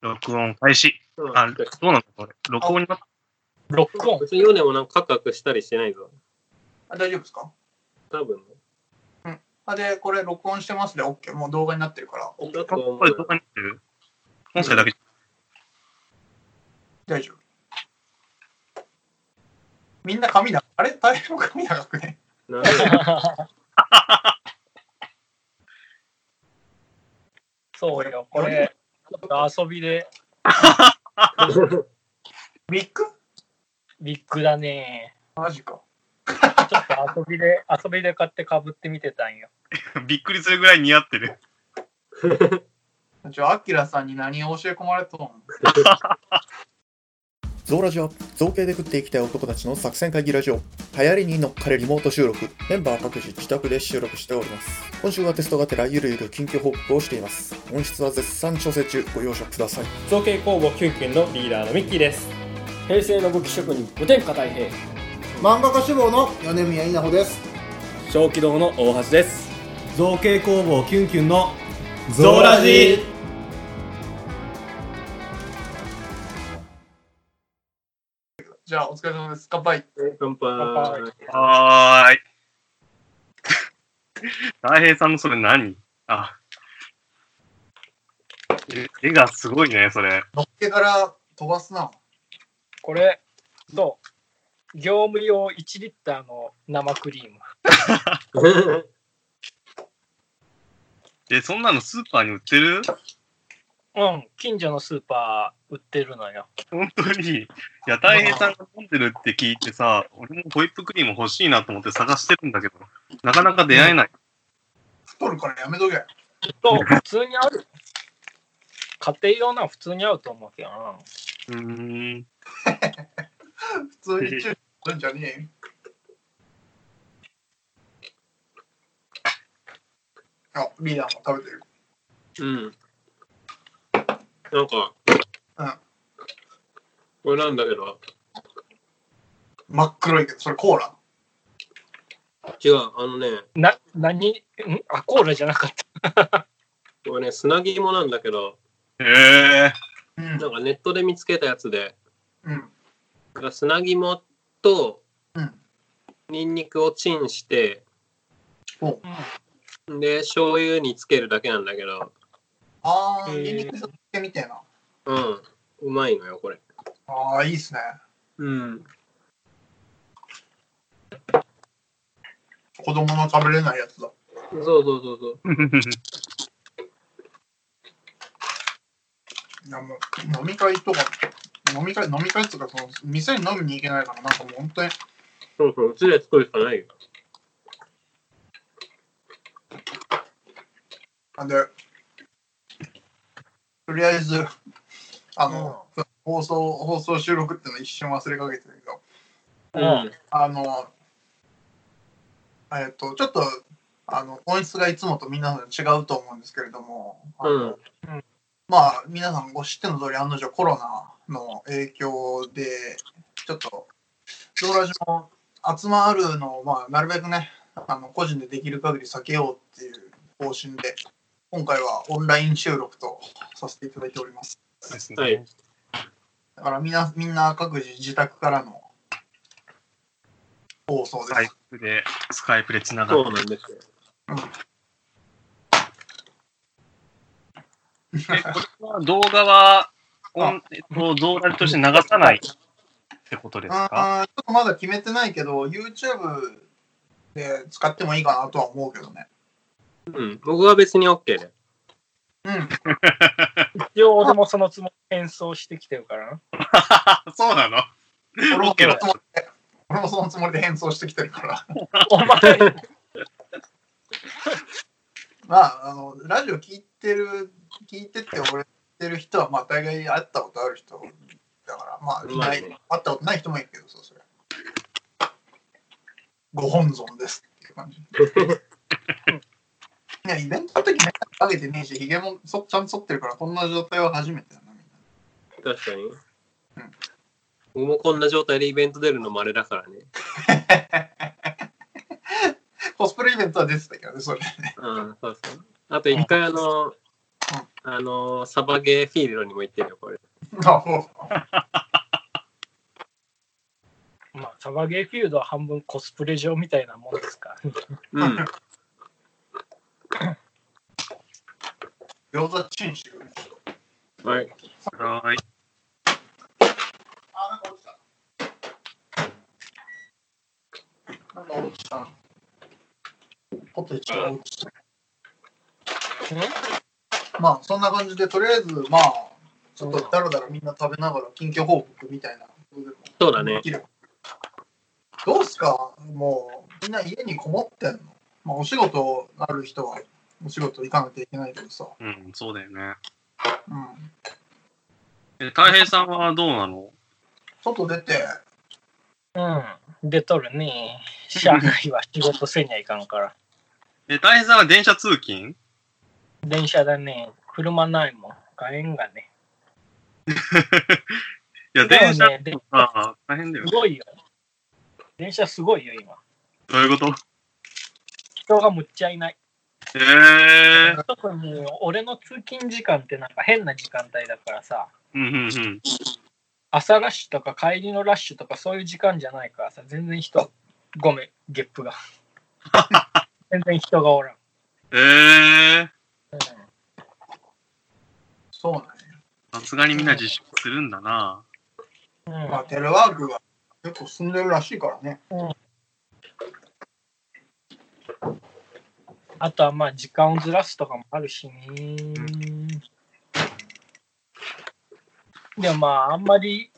録音開始。うんあ、どうなんだこれ。録音になっロックオン。別にヨネもなんかカクカクしたりしてないぞ。あ大丈夫ですか多分ね。あで、これ録音してますで、OK。もう動画になってるから、OK だた。と思こうれよ動。画になってる音声だけ。大丈夫。みんな髪だ。あれ大変髪長くね。なるほどそうよ、これ。ちょっと遊びでビッグビッグだね。マジか。ちょっと遊びで、 遊びで買ってかぶってみてたんよ。びっくりするぐらい似合ってる。じゃあ、アキラさんに何を教え込まれたのゾウラジオ造形で食っていきたい男たちの作戦会議ラジオ流行りに乗っかれリモート収録メンバー各自自宅で収録しております今週はテストがてらゆるゆる緊急報告をしています音質は絶賛調整中ご容赦ください造形工房キュンキュンのリーダーのミッキーです平成の武器職人五天下太平漫画家志望の米宮稲穂です小気道の大橋です造形工房キュンキュンのゾーラジーじゃあ、お疲れ様です。乾杯。乾杯。はーい。 大平さんのそれ何あ。え絵がすごいね、それ。のっけから飛ばすな。これ、どう業務用1リッターの生クリーム。え、そんなのスーパーに売ってるうん、近所のスーパー売ってるのよ。本当に。いや、大平さんが飲んでるって聞いてさ、俺もホイップクリーム欲しいなと思って探してるんだけど、なかなか出会えない。太るからやめとけ。と、 普通にある。家庭用なら普通に合うと思うけどな。うーん。普通に注意するんじゃねえよ。あ、リーダーも食べてる。うん。なんか、うんこれなんだけど、真っ黒いけど、それコーラ。違う、あのね、な、何んあ、コーラじゃなかった。これね、砂肝なんだけど、へえうんな。んかネットで見つけたやつで、うん。砂肝とうん。ニンニクをチンして、おで、醤油につけるだけなんだけど、あえー、ーニンニク漬けみたいな。うん、うまいのよ、これ。あー、いいっすね。うん。子供の食べれないやつだ。そうそうそうそう。 ー。いやもう飲み会とか、飲み会、飲み会っていうか、その店に飲みに行けないから、なんかもう本当に、そうそう、うちで作るしかないよ。なんで、とりあえず、あの、放送、放送収録っていうの一瞬忘れかけてたけど、うん。あの、えっ、と、ちょっと、あの、音質がいつもとみんなの違うと思うんですけれども、あのうんまあ、皆さんご知っての通り、案の定コロナの影響で、ちょっと、ゾーラジも集まるのを、まあ、なるべくね、あの個人でできる限り避けようっていう方針で、今回はオンライン収録とさせていただいております。ですはね。い。だからみんな、みんな各自自宅からの放送です。スカイプで、スカイプで繋がそっうて。なんですよ。えこれは動画は、オンえっと、動画として流さないってことですかあーちょっとまだ決めてないけど、YouTube で使ってもいいかなとは思うけどね。うん。僕は別に OK で。うん。一応俺もそのつもり演奏してきて るからな。そうなの俺も OK そだのつもりで、俺もそのつもりで変装してきてるから。 お前、まあ、あの、ラジオ聞いてる、聞いてって俺聞いてる人は、まあ、大概会ったことある人だから、まあ、いない、うま会ったことない人もいるけど、そうそれ。ご本尊ですっていう感じ。いや、イベントの時ね、かけてねえし、ひげもそちゃんと剃ってるから、こんな状態は初めてだな、みんな。確かに。僕もこんな状態でイベント出るのもあれだからね。コスプレイベントは出てたけどね、それ。 うん、そうそう。あと一回あの、あのーサバゲーフィールドにも行ってるよ、これ。あほまあ、サバゲーフィールドは半分コスプレ場みたいなもんですから。うん。う餃子チンしてくれるはい。はい。あ、なんか落ちた。なんか落ちた。ポテチが落ちた。まあ、そんな感じで、とりあえず、まあ、ちょっとだらだらみんな食べながら、近況報告みたいなことでもそうだねで。きれば。どうすかもう、みんな家にこもってんのまあ、お仕事ある人は、お仕事行かなきゃいけないけどさ。うん、そうだよね。うん。え、たい平さんはどうなの外出て、うん、出とるね。しゃあないわ、仕事せにゃいかんから。え、たい平さんは電車通勤電車だね。車ないもん。火炎がね。いや、でも電車ねで、さ、大変だよすね。ごいよ。電車すごいよ、今。どういうこと人がむっちゃいない。ええー。特に俺の通勤時間ってなんか変な時間帯だからさ、うんうんうん。朝ラッシュとか帰りのラッシュとかそういう時間じゃないからさ、全然人、ごめん、ゲッ プが。全然人がおらん。ええー。うんそうなんや。さすがにみんな自粛するんだな。うんまあ、テレワークが結構進んでるらしいからね。あとはまあ時間をずらすとかもあるしね。でもまああんまり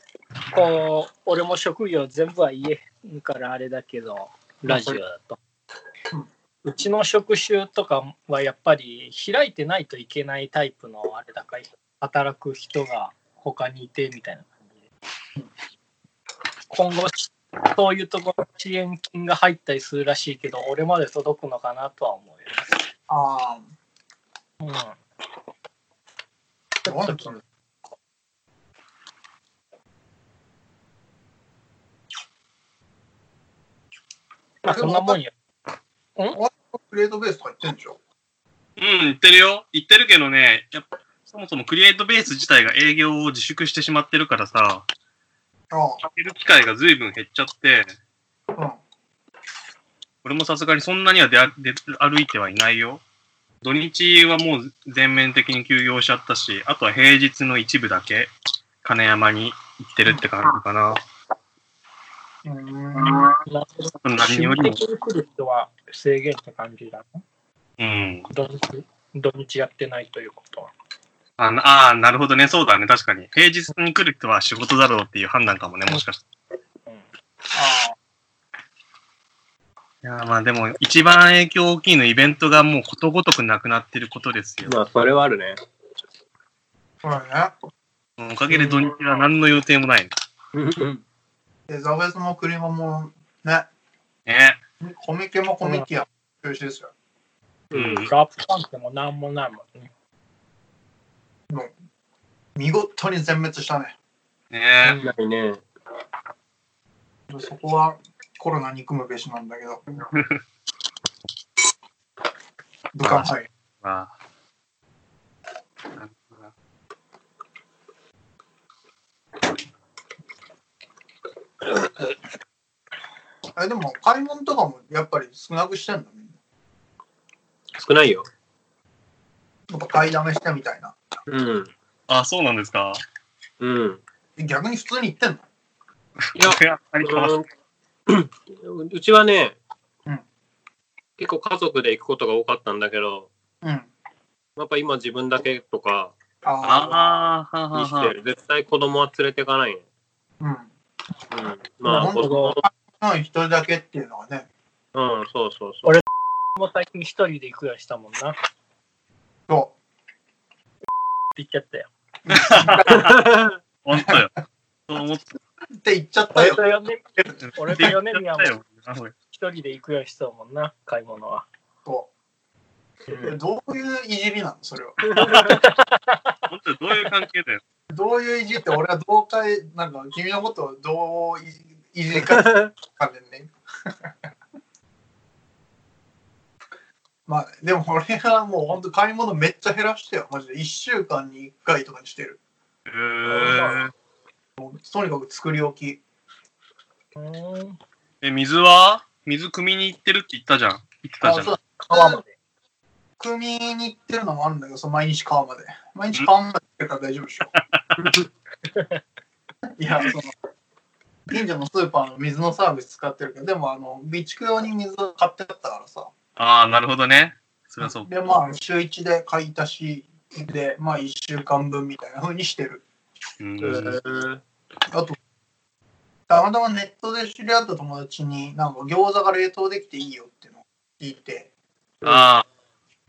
こう俺も職業全部は言えんからあれだけどラジオだとうん。うちの職種とかはやっぱり開いてないといけないタイプのあれだから働く人が他にいてみたいな感じで。今後そういうところ支援金が入ったりするらしいけど俺まで届くのかなとは思うよ。ああ、うん。どうなんだろうまあそんなもんよ。クリエイトベースとか言ってんでしょうん、言ってるよ。言ってるけどね、やっぱそもそもクリエイトベース自体が営業を自粛してしまってるからさ、あ開ける機会が随分減っちゃって、あ、うん。俺もさすがにそんなには出出歩いてはいないよ。土日はもう全面的に休業しちゃったし、あとは平日の一部だけ、金山に行ってるって感じかな。うーんな何よりも心理、的に来る人は制限って感じだね。うん。土日、土日やってないということは。あなあー、なるほどね、そうだね、確かに。平日に来る人は仕事だろうっていう判断かもね、もしかして。あいやーまあでも、一番影響大きいのイベントがもうことごとくなくなってることですよ。まあ、それはあるね。そうだね。おかげで土日は何の予定もない。で、ザフェスもクリマもね、ね。コミケもコミケや中止ですよ。うん。ラップパンってもなんもないもんね。見事に全滅したね。ねないね。そこはコロナ憎むべしなんだけ ど。武漢肺炎まあ。え、でも買い物とかもやっぱり少なくしてんのみんな。少ないよ。やっぱ買いだめしてみたいな。うん。あ、そうなんですか。うん。え逆に普通に行ってんのいや、や、あります。うん うちはね、うん結構家族で行くことが多かったんだけど、うん。やっぱ今自分だけとかああ。ああ、はにはしはて、絶対子供は連れていかないね。うん。うん。まあ、本当子だ供、はい、一人だけっていうのはね。うん、そうそうそう。俺もう最近一人で行くようにしたもんな。ってそ言っちゃったよ。本当よ。そう思っう。って言っちゃった俺よと。米て。俺と米や宮っもたよ。一人で行くようにしたもんな、買い物は。そう えどういういじりなのそれは。本当よどういう関係だよ。どういういじって、俺はどうかい、なんか君のことをどういいじりかかねんね。 まあ、でも俺はもう本当買い物めっちゃ減らしてよ。マジで。1週間に1回とかにしてる。えー、とにかく作り置き。うん。え、水は水汲みに行ってるって言ったじゃん。言ってたじゃん。う川まで。組に行ってるのもあるんだけど、その毎日川まで。毎日川まで行ってたら大丈夫で しょ。いや、その、近所のスーパーの水のサービス使ってるけど、でも、あの、備蓄用に水を買ってあったからさ。ああ、なるほどね。そりゃそう。で、まあ、週1で買い足しで、まあ、1週間分みたいな風にしてる。うんえー、あと、たまたまネットで知り合った友達に、なんか餃子が冷凍できていいよっていうのを聞いて、ああ、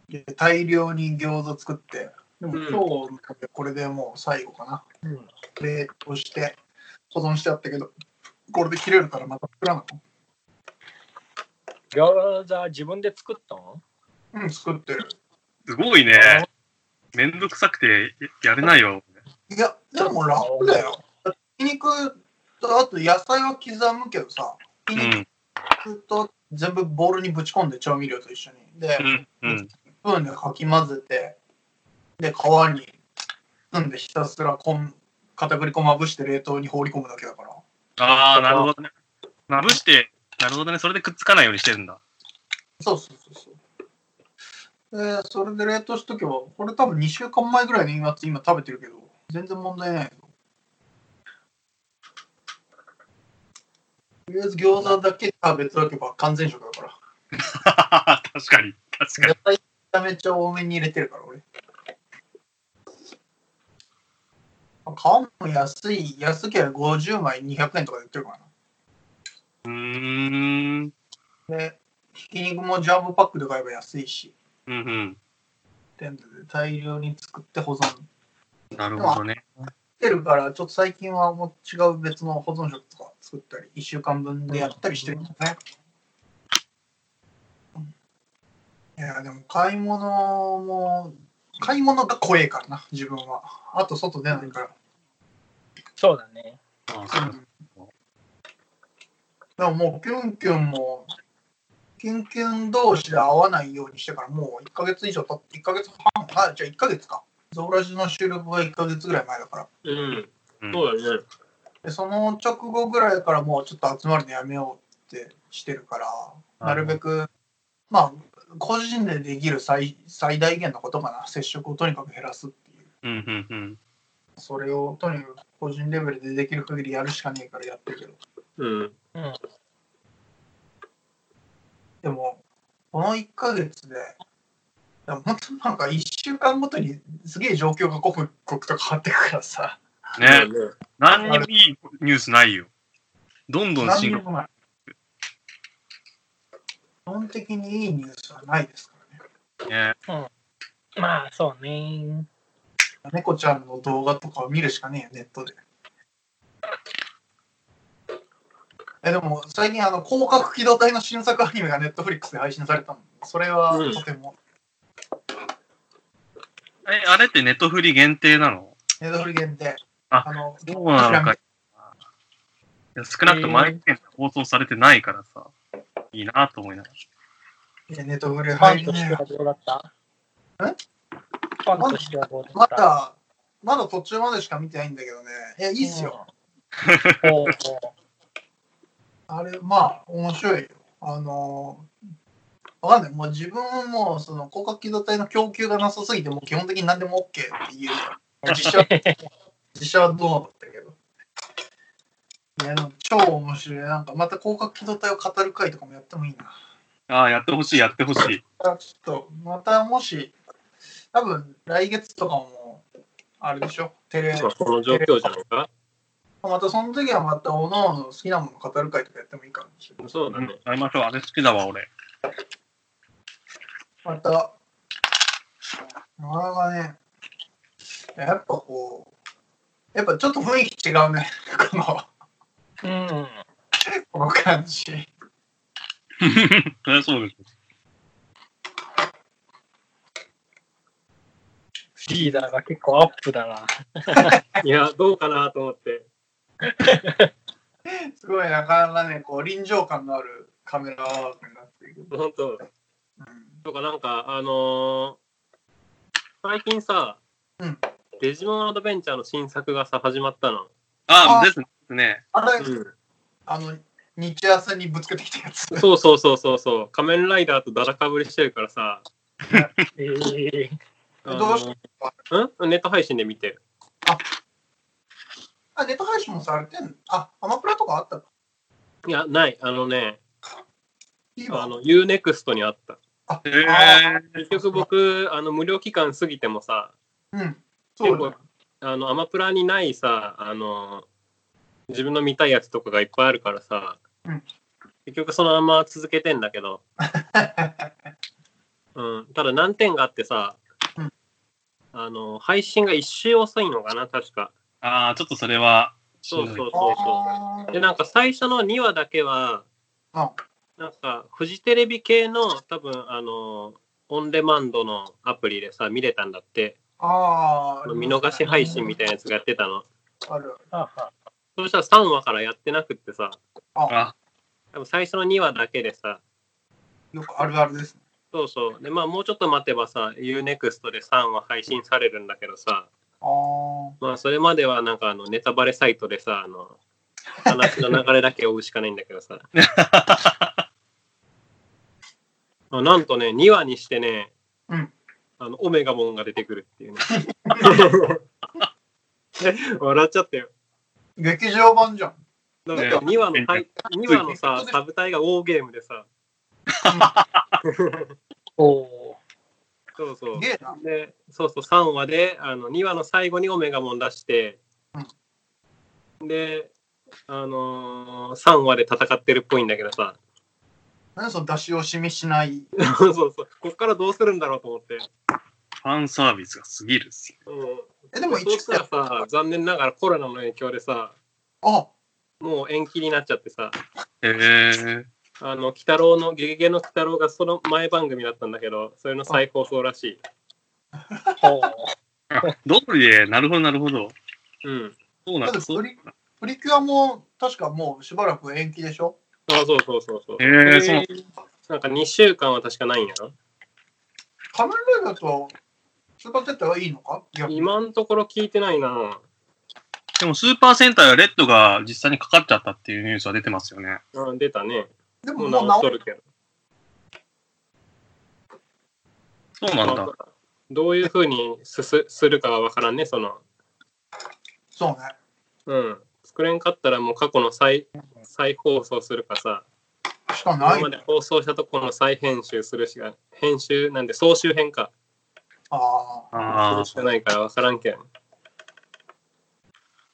で大量に餃子作って、でもうん今日のこれでもう最後かな。うん。冷凍して保存してあったけど、これで切れるからまた作らなの。餃子自分で作ったのうん、作ってる。すごいね。めんどくさくてやれないよ。いや、でも楽だよ。ひき肉とあと野菜は刻むけどさ、うひきん。肉と全部ボウルにぶち込んで調味料と一緒に。でう、ん。うん。スプーンでかき混ぜて、で、皮に包んでひたすらこん片栗粉まぶして冷凍に放り込むだけだから。ああ、なるほどね。まぶして、なるほどね。それでくっつかないようにしてるんだ。そうそうそうそう。で、それで冷凍しとけば、これ多分2週間前ぐらいの今今食べてるけど、全然問題ないよ。とりあえず餃子だけ食べておけば完全食だから。 確かに。確か野に。菜めちゃめちゃ多めに入れてるから、俺。皮も安い、安ければ50枚200円とかで売ってるからうーん。な。で、ひき肉もジャンボパックで買えば安いし、うんうん。ってんで大量に作って保存なるほどね。ってるから、ちょっと最近はもう違う別の保存食とか作ったり、1週間分でやったりしてるんだね。いや、でも買い物も、買い物が怖えからな、自分は。あと外出ないから。そうだね。ああそうでももう、キュンキュンも、キュンキュン同士で会わないようにしてから、もう1ヶ月以上経って、1ヶ月半、あ、じゃあ1ヶ月か。ゾウラジの収録は1ヶ月ぐらい前だから。うん、うんそうだね。でその直後ぐらいからもうちょっと集まるのやめようってしてるから、なるべく、まあ、個人でできる最最大限のことかな、接触をとにかく減らすっていう、うんうんうん。それをとにかく個人レベルでできる限りやるしかねえからやってるけど、うん。うん。でも、この1ヶ月で、でも本当なんか1週間ごとにすげえ状況が刻々と変わってくからさ、そうだね。何にもいいニュースないよ。どんどん何進に化。もない。基本的にいいニュースはないですからね。ね。まあ、そうね。猫ちゃんの動画とかを見るしかねえよ、ネットで。え、でも、最近、あの、広角機動隊の新作アニメがネットフリックスで配信されたの。それは、うんとても、え、あれってネットフリ限定なのネットフリ限定。あの、どうなのか。いや少なくとも毎回放送されてないからさ、いいなと思いながえネットフリファ配ンと信、してはどうだったえファンとしてはどうだったまだ、まだ途中までしか見てないんだけどね。いや、いいっすよ。。うんおうおうあれ、まあ、面白いよ。あのー、わかんない。もう自分はもう、その、広角機動隊の供給がなさすぎて、もう基本的に何でも OK っていう。実写は、実写はどうだったけど。いや、でも超面白い。なんか、また広角機動隊を語る回とかもやってもいいな。ら。ああ、やってほしい、やってほしい。あちょっと、またもし、多分来月とかも、あれでしょ、テレまあ、この状況じゃないか。またその時はまた、おのおの好きなもの語る会とかやってもいいかもしれない。そうだうんね。、会いましょう。あれ好きだわ、俺。また、なかなかね、やっぱこう、やっぱちょっと雰囲気違うね、 この、うん。この感じ。そりゃそうです。リーダーが結構アップだな。いや、どうかなと思って。すごい、なかなかね、こう、臨場感のあるカメラワークになっていく。本当、うんとかなんか、あのー最近さ、うんデジモンアドベンチャーの新作がさ、始まったの。あああ、ですね。あれ、うあの、日朝にぶつけてきたやつ。 ん、そうそうそうそうそう。仮面ライダーとダラかぶりしてるからさ、えー、あのどうしんネット配信で見てる。あ、ネット配信もされてんのあ、アマプラとかあったのいや、ない。あのね、いいわあの、UNEXT にあった。あ、えあー、結局僕、あの、無料期間過ぎてもさ、うん。そ結う構だね。あのアマプラにないさあの自分の見たいやつとかがいっぱいあるからさ、うん結局そのまま続けてんだけ ど、うん、ただ難点があってさ、うんあの配信が一周遅いのかな確かああ、ちょっとそれは、そうそうそうあそうでーなんか最初の2話だけはあなんかフジテレビ系の多分あのオンデマンドのアプリでさ見れたんだってあー。見逃し配信みたいなやつがやってたのあるははそしたら3話からやってなくってさ、あ多分最初の2話だけでさ、よくあるあるですね。そうそう。で、まあもうちょっと待てばさ、UNEXT で3話配信されるんだけどさ、あー。まあそれまではなんかあのネタバレサイトでさ、あの、話の流れだけ追うしかないんだけど さ。あなんとね、2話にしてね、うんあの、オメガモンが出てくるっていう ね。 笑っちゃったよ。劇場版じゃん。だって2話のタイ、2話のさ、サブ隊がウォーゲームでさ、おおそうそう。ゲーな。で、そうそう、3話で、あの2話の最後にオメガモン出して、で、あのー、3話で戦ってるっぽいんだけどさ、 何その出し惜しみしない。そうそうそう、こっからどうするんだろうと思って。ファンサービスが過ぎるっすよ。うん、え、でも一そうした応ら、さ、残念ながらコロナの影響でさ、あ、もう延期になっちゃってさ、えー、あの、鬼太郎の、ゲゲゲの鬼太郎がその前番組だったんだけど、それの再放送らしおーどうりで、なるほど、なるほど。い。うん。そうなだっんてだ、そプう。リプリキュアも確かもうしばらく延期でしょあそうそうそうそう。えー、そうなんか2週間は確かないんやろ仮面ライダーとスーパーゼッタはいいのか逆に今のところ聞いてないなでも、スーパー戦隊はレッドが実際にかかっちゃったっていうニュースは出てますよね。あ出たね。でももうも直うっ直とるるけど。そうなんまだ。あどういうふうにすすするかは分からんね、その。そうね。うん。作れんかったらもう過去の再再放送するかさ、しかな今いま。で放送したとこの再編集するしか、編集なんで総集編か、ああ、すあるしかないから分からんけん。あ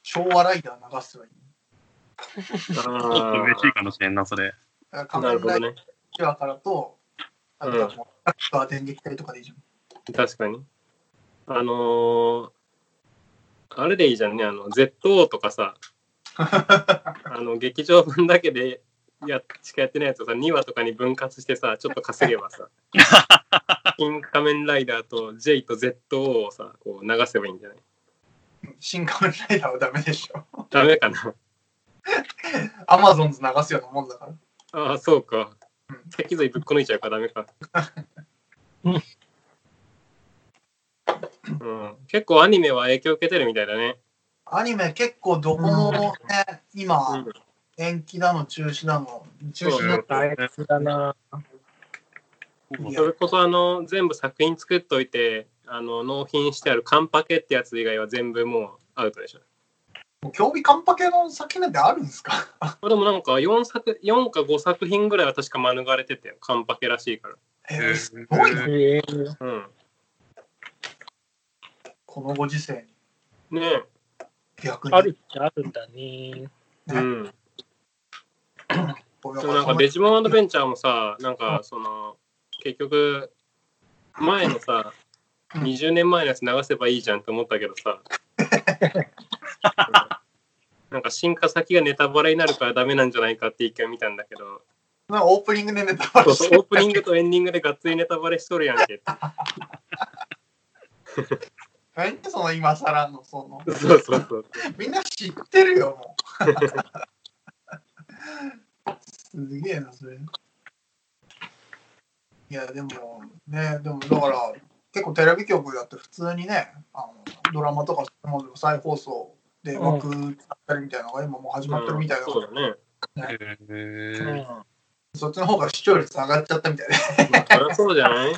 昭和ライダー流すばいい。あ、ちょっと嬉しいかもしれんな、それ。だからー仮なるほ面ラどイダーね。 1話からと、あとはもう、タッカー電撃隊とかでいいじゃん。確かに。あのーあれでいいじゃんね、あの、ZO とかさ、あの、劇場分だけでやっしかやってないやつをさ、2話とかに分割してさ、ちょっと稼げばさ、金仮面ライダーと J と ZO をさ、こう流せばいいんじゃない新仮面ライダーはダメでしょ。 ダメかなアマゾンズ流すようなもんだから。ああ、そうかうん。脊髄ぶっこ抜いちゃうからダメか。うん、結構アニメは影響受けてるみたいだね。アニメ結構どこもね、う今ん、延期だの、中止だの、中止そうだね大変だな。いやそれこそあの全部作品作っといてあの納品してあるカンパケってやつ以外は全部もうアウトでしょ。もう競技カンパ系の作品なんてあるんですか まあでもなんか4作4か5作品ぐらいは確か免れてたよカンパケらしいかええー、ーすごいね、えー、ら。うん。このご時世に。ねえ。逆に。あるっちゃあるんだね。うん。これではもなんかデジモンアドベンチャーもさなんかその結局前のさうん20年前のやつ流せばいいじゃんって思ったけどさ うんなんか進化先がネタバレになるからダメなんじゃないかって意見を見たんだけどなんかオープニングでネタバそレうしそうてオープニングとエンディングでがっつりネタバレしとるやんけ。何 その今更のその。そうそうそう。みんな知ってるよ、も う。すげえな、それ。いや、でもね、でもだから、結構テレビ局だって普通にね、あのドラマとかそういうものでも再放送で枠使ったりみたいなのが今もう始まってるみたいな、そうだね。へうーんそっちの方が視聴率上がっちゃったみたいで。まあ、そりゃそうじゃない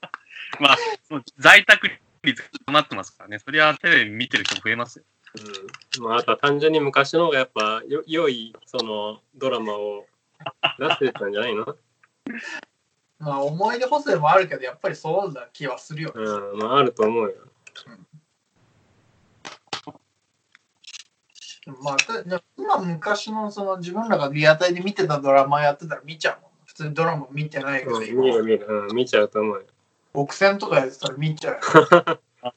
まあ、その在宅率がなってますからね。そりゃテレビ見てる人も増えますよ。うん。まあ、あとは単純に昔の方がやっぱ、よ、良い、その、ドラマを出してたんじゃないのまあ、思い出補正もあるけど、やっぱりそうだ気はするよね。うん。まあ、あると思うよ。まあ、たでも今昔のその自分らがリアタイで見てたドラマやってたら見ちゃうもん。普通にドラマ見てないけど、うん、見今る見る。うん、見ちゃうと思うよ。僕戦とかやってたら見ちゃうよ。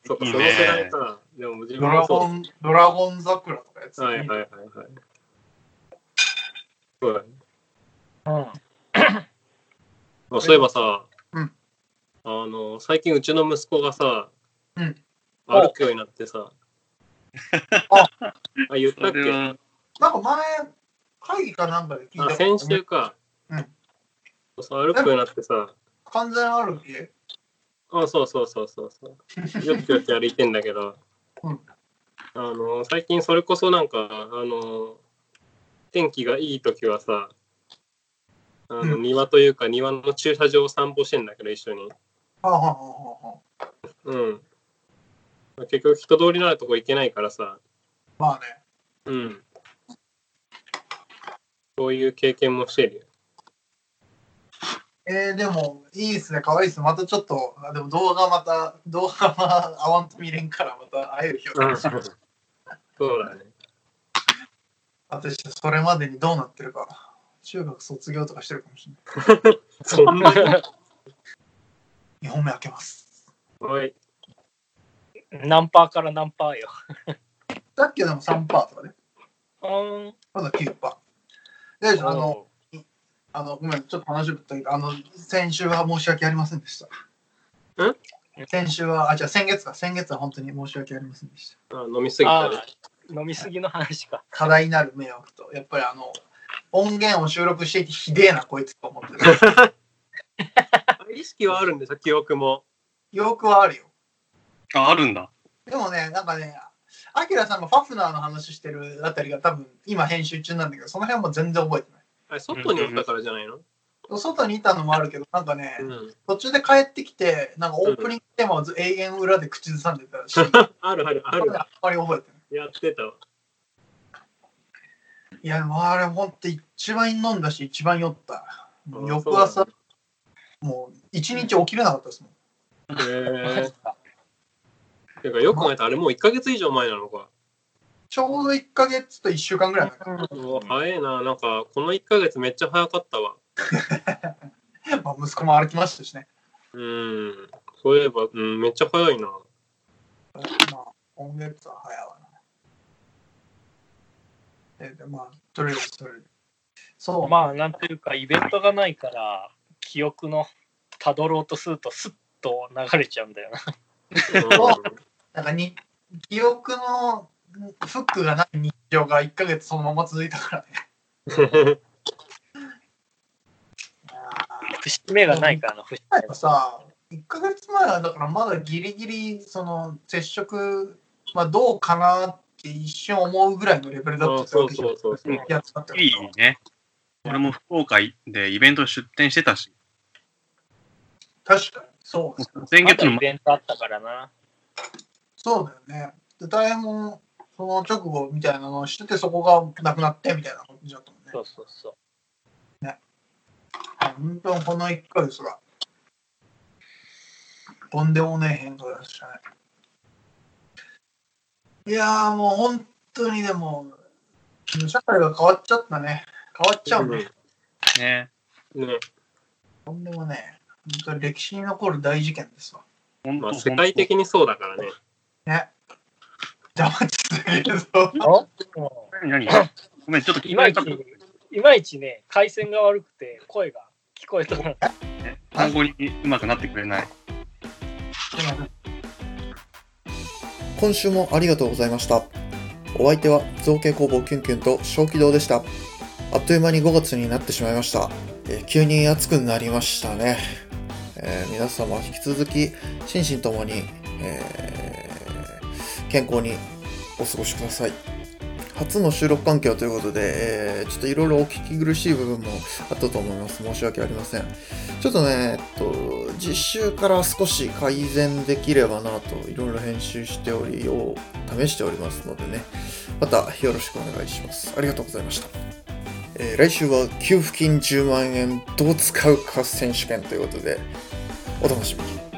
そっか、いいその世代ね。か。でも自ド分ラもゴそン、ドラゴン桜とかやっう。てたらはい見はいちゃうはいはい。そうだね。うんあそういえばさ、うんあの最近うちの息子がさ、うん歩くようになってさああ言ったっそれけは、なんか前、会議かなんかで聞いあた先週か、うんそう歩くようになってさ完全歩きあそうそうそうそうそうよっちよっち歩いてんだけど、うんあの最近それこそなんかあの天気がいい時はさあの、うん庭というか庭の駐車場を散歩してんだけど一緒にはあ、はあはあはあ、うん結局人通りのあるとこ行けないからさ、まあね。うん。そういう経験もしてるよ。えー、でも、いいっすね、可愛いっす。またちょっと、あでも動画また、動画は合わんと見れんから、また会える日を。そうだね。私、それまでにどうなってるか。中学卒業とかしてるかもしれない。そんな。 二本目開けます。はい。何パーから何パーよ。さっきはでも3%とかね。うん。まだ9%。で、あの、あの、ごめん、ちょっと話ぶったけど、あの、先週は申し訳ありませんでした。ん先週は、あ、じゃあ先月か、先月は本当に申し訳ありませんでした。あ飲みすぎたあね。ー飲みすぎの話か。多大なる迷惑と、やっぱりあの、音源を収録していて、ひでえな、こいつと思ってる。意識はあるんですよ、記憶も。よくはあるよ。あ、あるんだ。でもね、なんかね、アキラさんがファフナーの話してるあたりが多分、今編集中なんだけど、その辺も全然覚えてない。あれ外におったからじゃないの外にいたのもあるけど、なんかね、うん。途中で帰ってきて、なんかオープニングテーマをず永遠裏で口ずさんでたし、あるある ああんる。まり覚えてない。やってたわ。いや、でもあれ、ほんと一番飲んだし、一番酔った。もうあ翌朝、もう一日起きれなかったですもん。へえ。てか、よく考えたら、あれもう1ヶ月以上前なのか。ちょうど1ヶ月と1週間ぐらい前 かな。もう早いな。なんか、この1ヶ月めっちゃ早かったわ。まあ、息子も歩きましたしね。うん。そういえば、うん、めっちゃ早いな。まあ、今月は早いわな。えでまあ、とりあえずそれで。そう、まあ、まあ、なんていうか、イベントがないから、記憶のたどろうとすると、すっと流れちゃうんだよな。 なんかに、記憶のフックがない日常が1ヶ月そのまま続いたからね。 うん節目がないからな、節目なんかさ、1ヶ月前はだからまだギリギリその接触、まあ、どうかなって一瞬思うぐらいのレベルだっあたそわうけじゃそんうそうそう。やつだったけいいどね。俺も福岡でイベント出店してたし、確かにそうです先ま月だのイベントあったからな。そうだよね。で大変もその直後みたいなのをしててそこがなくなってみたいな感じだったもんね。そうそうそう。本当にこの1ヶ月がとんでもねえ変化でしたね。いやーもう本当にでも社会が変わっちゃったね。変わっちゃうね。ね、ね、とんでもねえ。本当に歴史に残る大事件ですわ。本ま当あ世界的にそうだからね。ね。邪魔しすぎるぞ。うん何何ごめん、ちょっと聞いいなまいいち、いまいちね、回線が悪くて、声が聞こえたな。単語にうまくなってくれない。今週もありがとうございました。お相手は造形工房キュンキュンと小気道でした。あっという間に5月になってしまいました。えー急に暑くなりましたね。えー皆様引き続き心身ともに、えー健康にお過ごしください。初の収録環境ということで、えーちょっといろいろお聞き苦しい部分もあったと思います。申し訳ありません。ちょっとね、えっと、実習から少し改善できればなと、いろいろ編集しており、を試しておりますのでね、またよろしくお願いします。ありがとうございました。えー来週は給付金10万円どう使うか選手権ということで、お楽しみに。